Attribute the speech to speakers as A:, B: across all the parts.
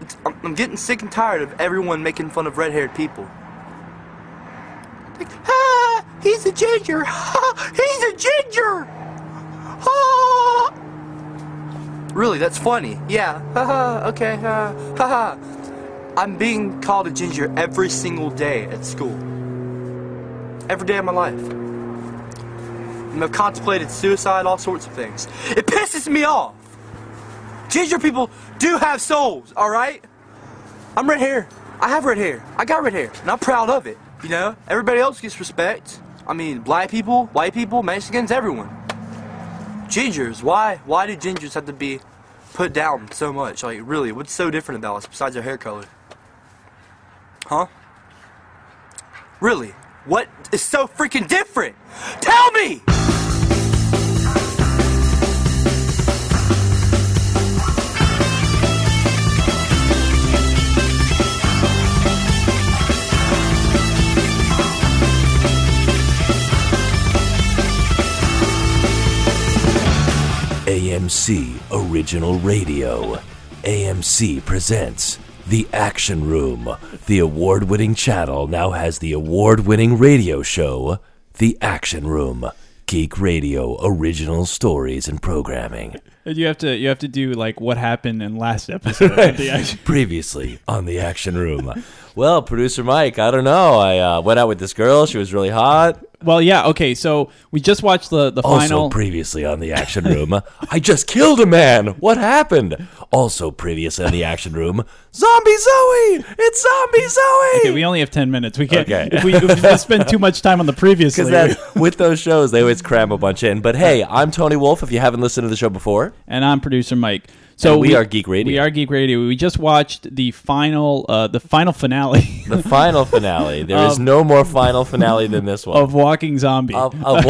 A: It's, I'm, I'm getting sick and tired of everyone making fun of red-haired people. Like, ah, he's a ginger. he's a ginger. Ah. Really, that's funny. Yeah. Haha. okay. Ha ha. I'm being called a ginger every single day at school. Every day of my life. And I've contemplated suicide, all sorts of things. It pisses me off. Ginger people do have souls, all right? I'm red hair. I have red hair. I got red hair, and I'm proud of it. You know, everybody else gets respect. I mean, black people, white people, Mexicans, everyone. Gingers, why? Why do gingers have to be put down so much? Like, really, what's so different about us besides our hair color? Huh? Really? What is so freaking different? Tell me!
B: AMC Original Radio. AMC presents The Action Room. The award winning channel now has the award winning radio show, The Action Room. Geek Radio original stories and programming.
C: You have to you have to do like what happened in last episode. of the action.
B: Previously on The Action Room. well, producer Mike, I don't know. I uh, went out with this girl. She was really hot.
C: Well, yeah, okay. So we just watched the the
B: Also,
C: final.
B: previously on the action room, I just killed a man. What happened? Also, previously on the action room, Zombie Zoe. It's Zombie Zoe.
C: okay, we only have ten minutes. We can't.
B: Okay.
C: If, we, if we spend too much time on the previously,
B: because that with those shows they always cram a bunch in. But hey, I'm Tony Wolf. If you haven't listened to the show before,
C: and I'm producer Mike. So
B: And we are Geek Radio.
C: We are Geek Radio. We just watched the final uh, the final finale
B: the final finale. There is no more final finale than this one
C: of Walking Zombie.
B: of of,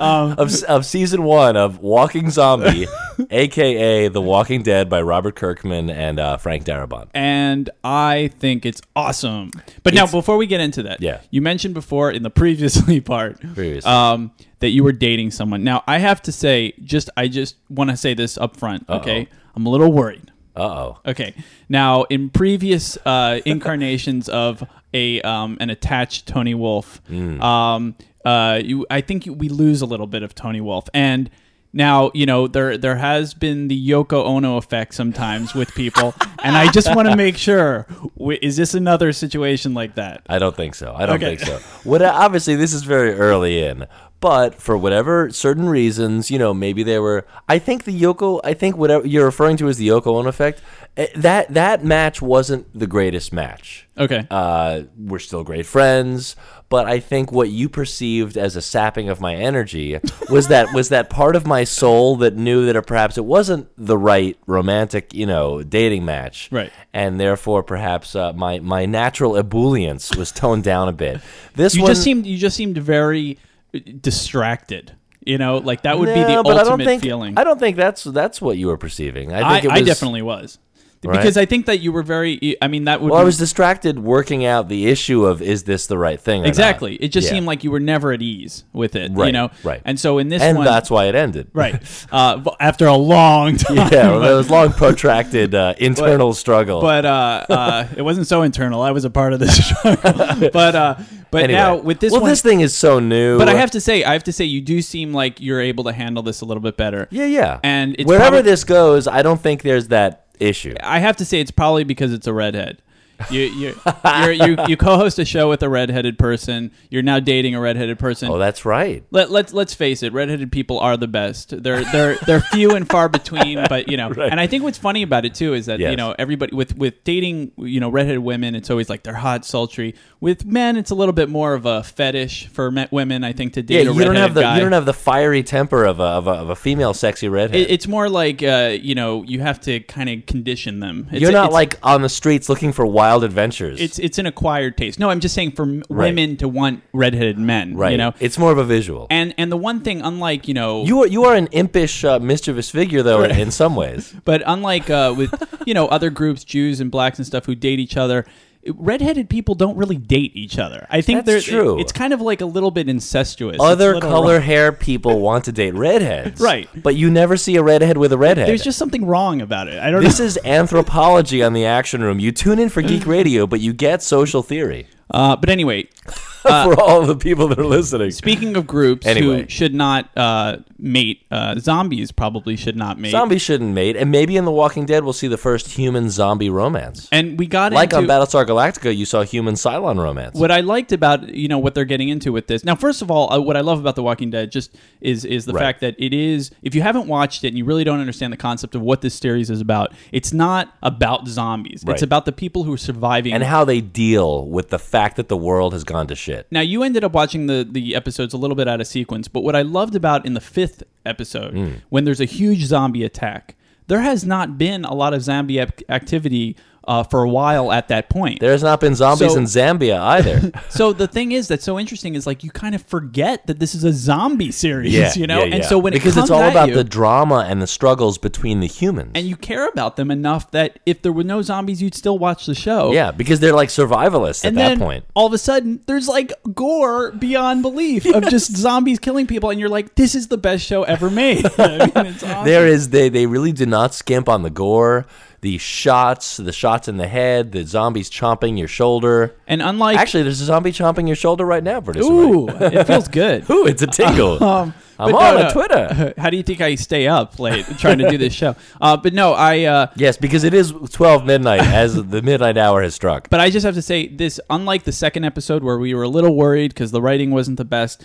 C: Um,
B: of of season one of Walking Zombie, aka The Walking Dead by Robert Kirkman and uh, Frank
C: Um,
B: Darabont.
C: and I think it's awesome. But now, before we get into that,
B: Yeah.
C: you mentioned before in the previously part
B: Previously.
C: Um, that you were dating someone. Now, I have to say, just I just want to say this up front. Okay, I'm a little worried.
B: Uh oh.
C: Okay, now in previous uh, incarnations of a um, an attached Tony Wolf, um, uh, you, I think you, we lose a little bit of Tony Wolf, and now you know there there has been the Yoko Ono effect sometimes with people, and I just want to make sure w- is this another situation like that?
B: I don't think so. I don't
C: Okay.
B: think so. What obviously this is very early in, but for whatever certain reasons, you know, maybe they were. I think the Yoko. I think whatever you're referring to as the Yoko Ono effect. eh, That that match wasn't the greatest match.
C: Okay,
B: Uh, we're still great friends, but I think what you perceived as a sapping of my energy was that was that part of my soul that knew that perhaps it wasn't the right romantic, you know, dating match,
C: Right.
B: And therefore, perhaps uh, my my natural ebullience was toned down a bit. This
C: you
B: one,
C: just seemed you just seemed very uh, distracted. You know, like that would be the
B: No, but
C: ultimate
B: I don't think,
C: feeling.
B: I don't think that's that's what you were perceiving. I
C: I,
B: think it
C: I
B: was,
C: definitely was.
B: Right?
C: Because I think that you were very. I mean, that would.
B: Well, I
C: be-
B: was distracted working out the issue of is this the right thing? or not.
C: exactly. It just
B: Yeah.
C: seemed like you were never at ease with it. You
B: Right,
C: know.
B: right.
C: And so in this
B: and
C: one,
B: that's why it ended.
C: right uh, v- after a long time.
B: Yeah, well,
C: but,
B: that was long, protracted uh, internal struggle.
C: but, uh, uh, it wasn't so internal. I was a part of this struggle. but uh, but
B: Anyway.
C: now with this
B: well,
C: one.
B: this thing is so new.
C: but I have to say, I have to say, you do seem like you're able to handle this a little bit better.
B: yeah, yeah.
C: And it's
B: wherever
C: probably-
B: this goes, I don't think there's that issue.
C: I have to say it's probably because it's a redhead. You you you're, you you co-host a show with a redheaded person. You're now dating a redheaded person.
B: Oh, that's right.
C: Let let's let's face it, redheaded people are the best. They're they're they're few and far between, but you know. And I think what's funny about it too is that you
B: Yes.
C: know everybody with with dating you know redheaded women, it's always like they're hot, sultry. With men, it's a little bit more of a fetish for me- women. I think to
B: Yeah,
C: date a
B: you
C: redheaded
B: don't have the
C: guy.
B: you don't have the fiery temper of a of a, of a female sexy redhead.
C: It- it's more like uh, you know you have to kind of condition them. It's,
B: You're not
C: it's-
B: like on the streets looking for wild adventures.
C: it's it's an acquired taste. No, I'm just saying for m women to want redheaded men,
B: right.
C: You know,
B: it's more of a visual.
C: and and the one thing, unlike you know,
B: you are you are an impish, uh, mischievous figure though in, in some ways.
C: but unlike uh, with you know other groups, Jews and blacks and stuff who date each other. redheaded people don't really date each other. I think
B: That's
C: they're- it-
B: true.
C: it's kind of like a little bit incestuous. It's a
B: Other
C: little
B: color
C: wrong.
B: hair people want to date redheads.
C: Right.
B: But you never see a redhead with a redhead.
C: There's just something wrong about it. I don't
B: this
C: know.
B: is anthropology on the action room. You tune in for geek radio, but you get social theory
C: Uh, but anyway, Uh,
B: for all the people that are listening.
C: speaking of groups
B: Anyway.
C: who should not uh, mate, uh, zombies probably should not mate.
B: Zombies shouldn't mate, and maybe in The Walking Dead we'll see the first human zombie romance.
C: and we got
B: Like on
C: into
B: Battlestar Galactica, you saw human Cylon romance.
C: what I liked about you know what they're getting into with this. Now, first of all, uh, what I love about The Walking Dead just is is the
B: Right.
C: fact that it is if you haven't watched it and you really don't understand the concept of what this series is about, it's not about zombies.
B: Right.
C: It's about the people who are surviving.
B: and how they deal with the fact that the world has gone to shit.
C: now, you ended up watching the the episodes a little bit out of sequence, but what I loved about in the fifth episode
B: Hmm.
C: when there's a huge zombie attack, there has not been a lot of zombie ac activity. Uh, for a while at that point,
B: There's not been zombies
C: So-
B: in Zambia either.
C: so the thing is that's so interesting is like you kind of forget that this is a zombie series, you know.
B: yeah,
C: And
B: yeah.
C: so when it
B: because
C: comes
B: it's all
C: at
B: about
C: you,
B: the drama and the struggles between the humans.
C: and you care about them enough that if there were no zombies, you'd still watch the show.
B: yeah, because they're like survivalists
C: And
B: at
C: then
B: that point.
C: all of a sudden, there's like gore beyond belief of just zombies killing people, and you're like, "This is the best show ever made." I mean, it's awesome.
B: There is they they really did not skimp on the gore, the shots, the shots in the head, the zombies chomping your shoulder.
C: and unlike
B: Actually, there's a zombie chomping your shoulder right now, producer.
C: ooh,
B: Mike.
C: it feels good. Um,
B: ooh, it's a tingle. I'm on
C: But no,
B: a
C: no.
B: Twitter.
C: How do you think I stay up late trying to do this show? Uh, but no, I uh,
B: Yes, because it is 12 midnight as the midnight hour has struck.
C: But I just have to say this, unlike the second episode where we were a little worried because the writing wasn't the best,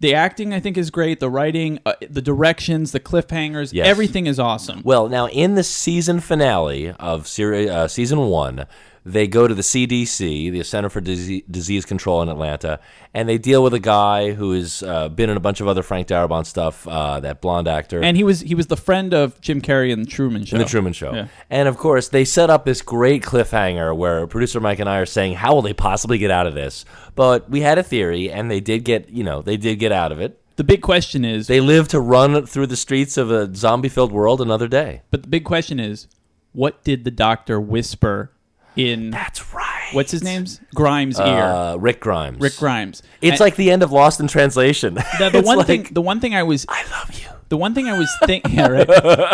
C: the acting I think is great. The writing, uh, the directions, the cliffhangers,
B: Yes.
C: everything is awesome.
B: Well, now in the season finale of seri- uh, season one, they go to the CDC, the Center for Dise- Disease Control in Atlanta, and they deal with a guy who has uh, been in a bunch of other Frank Darabont stuff. Uh, that blonde actor.
C: and he was he was the friend of Jim Carrey in the Truman Show.
B: in the Truman Show.
C: Yeah.
B: And of course, they set up this great cliffhanger where producer Mike and I are saying, "How will they possibly get out of this?" But we had a theory, and they did get, you know, they did get out of it.
C: The big question is,
B: They live to run through the streets of a zombie-filled world another day.
C: but the big question is, what did the doctor whisper in
B: That's right.
C: what's his name's Grimes' ear?
B: Uh, Rick Grimes.
C: Rick Grimes.
B: It's
C: And
B: like the end of Lost in Translation.
C: the, the
B: It's
C: one
B: like,
C: thing. The one thing I was
B: I love you.
C: the one thing I was thinking. yeah, right.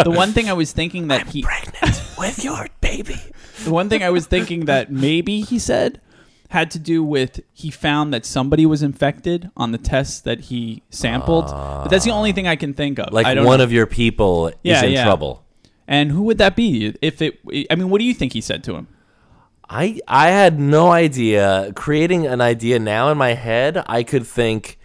C: The one thing I was thinking that he
B: Pregnant with your baby.
C: The one thing I was thinking that maybe he said had to do with he found that somebody was infected on the tests that he sampled. but that's the only thing I can think of. I
B: Like
C: don't
B: one
C: know.
B: of your people is
C: Yeah,
B: in
C: yeah.
B: trouble.
C: and who would that be? If it, I mean, what do you think he said to him?
B: I I had no idea. Creating an idea now in my head, I could think,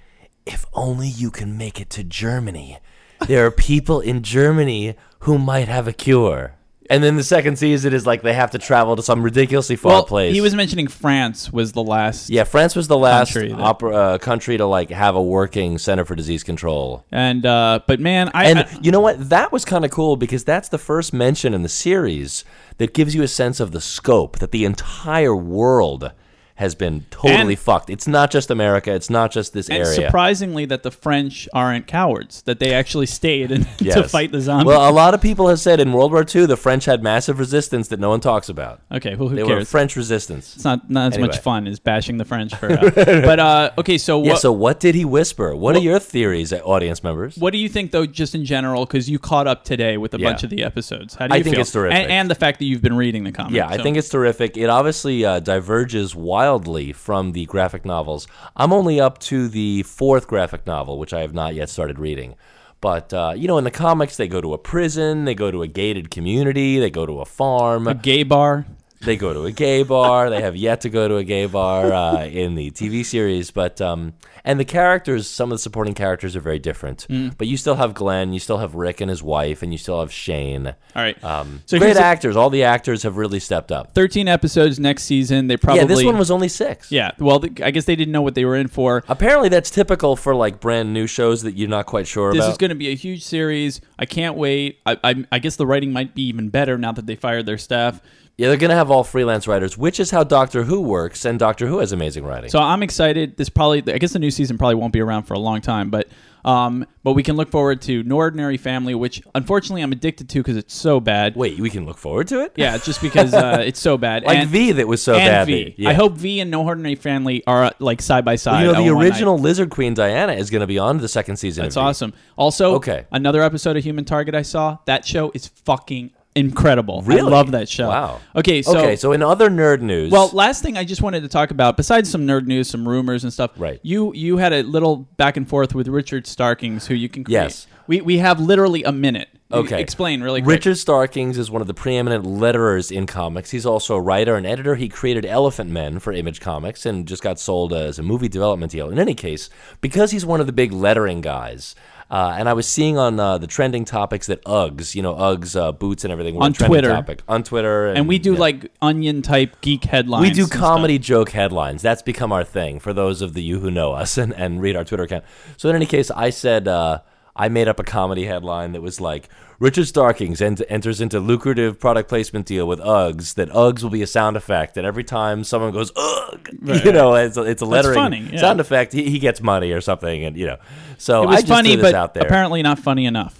B: if only you can make it to Germany. There are people in Germany who might have a cure. And then the second season is like they have to travel to some ridiculously far place.
C: he was mentioning France was the last.
B: yeah, France was the last
C: Country that-
B: opera, uh, country to like have a working Center for Disease Control.
C: And uh, but man, I,
B: And
C: I-
B: you know what? That was kind of cool because that's the first mention in the series that gives you a sense of the scope that the entire world has been totally
C: And-
B: fucked. It's not just America. It's not just this
C: and
B: area.
C: surprisingly that the French aren't cowards. That they actually stayed and to
B: Yes.
C: fight the zombies.
B: Well, a lot of people have said in World War II the French had massive resistance that no one talks about.
C: okay, well, who
B: They were
C: cares?
B: French resistance.
C: it's not not as
B: Anyway.
C: much fun as bashing the French for. Uh, but uh, okay, so what?
B: Yeah. So what did he whisper? What are your theories, uh, audience members?
C: What do you think, though, just in general? Because you caught up today with a
B: Yeah.
C: bunch of the episodes. How do
B: I
C: you
B: think
C: feel?
B: it's terrific.
C: And, and the fact that you've been reading the comic.
B: Yeah, I
C: so-
B: think it's terrific. It obviously uh, diverges wildly from the graphic novels. I'm only up to the fourth graphic novel, which I have not yet started reading. But uh, you know, in the comics, they go to a prison, they go to a gated community, they go to a
C: a
B: farm,
C: gay bar.
B: they go to a gay bar. They have yet to go to a gay bar uh, in the TV series, but um, and the characters, some of the supporting characters are very different.
C: Mm.
B: But you still have Glenn, you still have Rick and his wife, and you still have Shane.
C: All right.
B: Um,
C: So
B: great
C: here's the-
B: actors. All the actors have really stepped up.
C: Thirteen episodes next season. They probably.
B: Yeah, this one was only six.
C: Yeah, Well, th- I guess they didn't know what they were in for.
B: Apparently, that's typical for like brand new shows that you're not quite sure
C: This
B: about.
C: is going to be a huge series. I can't wait. I, I, I guess the writing might be even better now that they fired their staff.
B: Yeah, they're going to have all freelance writers, which is how Doctor Who works, and Doctor Who has amazing writing.
C: So I'm excited. This probably, I guess, the new season probably won't be around for a long time, but um, but we can look forward to No Ordinary Family, which unfortunately I'm addicted to because it's so bad.
B: Wait, we can look forward to it?
C: Yeah, just because uh, it's so bad.
B: Like
C: and,
B: V that was so
C: and
B: bad.
C: V.
B: Yeah.
C: I hope V and No Ordinary Family are uh, like side by side.
B: You know, the
C: on one night.
B: original Lizard Queen Diana is going to be on the second season.
C: That's
B: of V.
C: awesome. Also,
B: Okay.
C: another episode of Human Target I saw. That show is fucking incredible. I
B: Really?
C: love that show.
B: Wow.
C: Okay, so
B: okay, so in other nerd news,
C: Well, last thing I just wanted to talk about, besides some nerd news, some rumors and stuff.
B: Right.
C: You you had a little back and forth with Richard Starkings, who you can. Create.
B: Yes.
C: We we have literally a minute. You
B: Okay.
C: Explain really quick.
B: Richard Starkings is one of the preeminent letterers in comics. He's also a writer and editor. He created Elephant Men for Image Comics and just got sold as a movie development deal. In any case, because he's one of the big lettering guys, uh, and I was seeing on uh, the trending topics that Uggs, you know, Uggs uh, boots and everything, were
C: On
B: a trending
C: Twitter.
B: topic on Twitter,
C: And we do
B: yeah.
C: like onion type geek headlines.
B: We do
C: and stuff.
B: comedy joke headlines. That's become our thing for those of the you who know us and, and read our Twitter account. So in any case, I said uh, I made up a comedy headline that was like Richard Starkings en- enters into lucrative product placement deal with Uggs. That Uggs will be a sound effect, and every time someone goes Ugg, you know, it's a, it's a lettering
C: funny, yeah.
B: sound effect. He, he gets money or something, and you know. So
C: It
B: I
C: was
B: just
C: funny,
B: threw this
C: but
B: out there.
C: apparently not funny enough.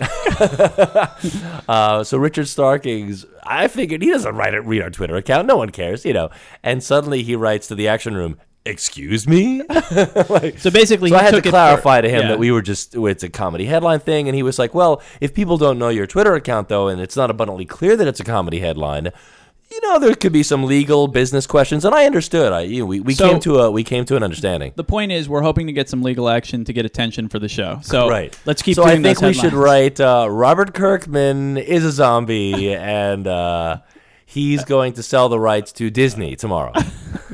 B: Uh, so Richard Starkings, I figured he doesn't write it, read our Twitter account. No one cares, you know. And suddenly he writes to the action room. Excuse me.
C: so basically,
B: So
C: he
B: I had to
C: took it
B: clarify
C: for-
B: to him
C: yeah.
B: that we were just—it's a comedy headline thing, and he was like, "Well, if people don't know your Twitter account though, and it's not abundantly clear that it's a comedy headline." You know, there could be some legal business questions, and I understood. I you know, we, we
C: So-
B: came to a we came to an understanding.
C: The point is, we're hoping to get some legal action to get attention for the show. So
B: right.
C: Oh. let's keep
B: So
C: doing
B: I think
C: those
B: we should write
C: headlines.
B: uh, Robert Kirkman is a zombie, and uh, he's going to sell the rights to Disney tomorrow.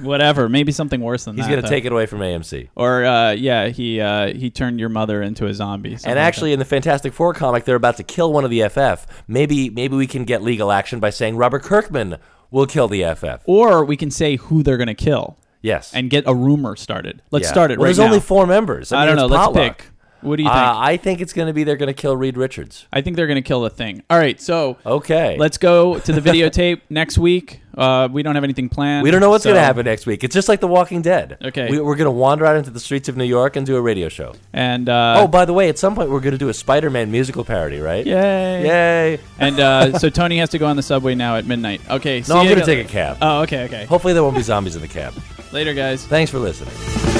C: whatever. Maybe something worse than
B: He's
C: that.
B: going to
C: though.
B: take it away from AMC.
C: Or uh, yeah, he uh, he turned your mother into a zombie.
B: And
C: something like
B: actually, in the Fantastic Four comic, they're about to kill one of the FF. Maybe, maybe we can get legal action by saying Robert Kirkman will kill the FF.
C: that. or we can say who they're gonna kill
B: Yes,
C: and get a rumor started. Let's
B: Yeah.
C: start it
B: Well,
C: right
B: there's
C: now.
B: only four members. I,
C: I
B: mean,
C: don't know.
B: it's
C: Let's
B: potluck.
C: pick. What do you think?
B: Uh, I think it's going to be they're going to kill Reed Richards.
C: I think they're gonna kill the thing. All right, so
B: Okay.
C: let's go to the videotape next week. Uh, we don't have anything planned.
B: We don't know what's
C: so-
B: going to happen next week. It's just like The Walking Dead.
C: Okay.
B: We, we're going to wander out into the streets of New York and do a radio show.
C: And uh,
B: oh, by the way, at some point we're going to do a Spider-Man musical parody, right?
C: yay!
B: Yay!
C: And uh, so Tony has to go on the subway now at midnight. Okay.
B: No,
C: see
B: I'm
C: you
B: going to
C: later.
B: take a cab.
C: Oh, okay, okay.
B: Hopefully there won't be zombies in the cab.
C: Later, guys.
B: Thanks for listening.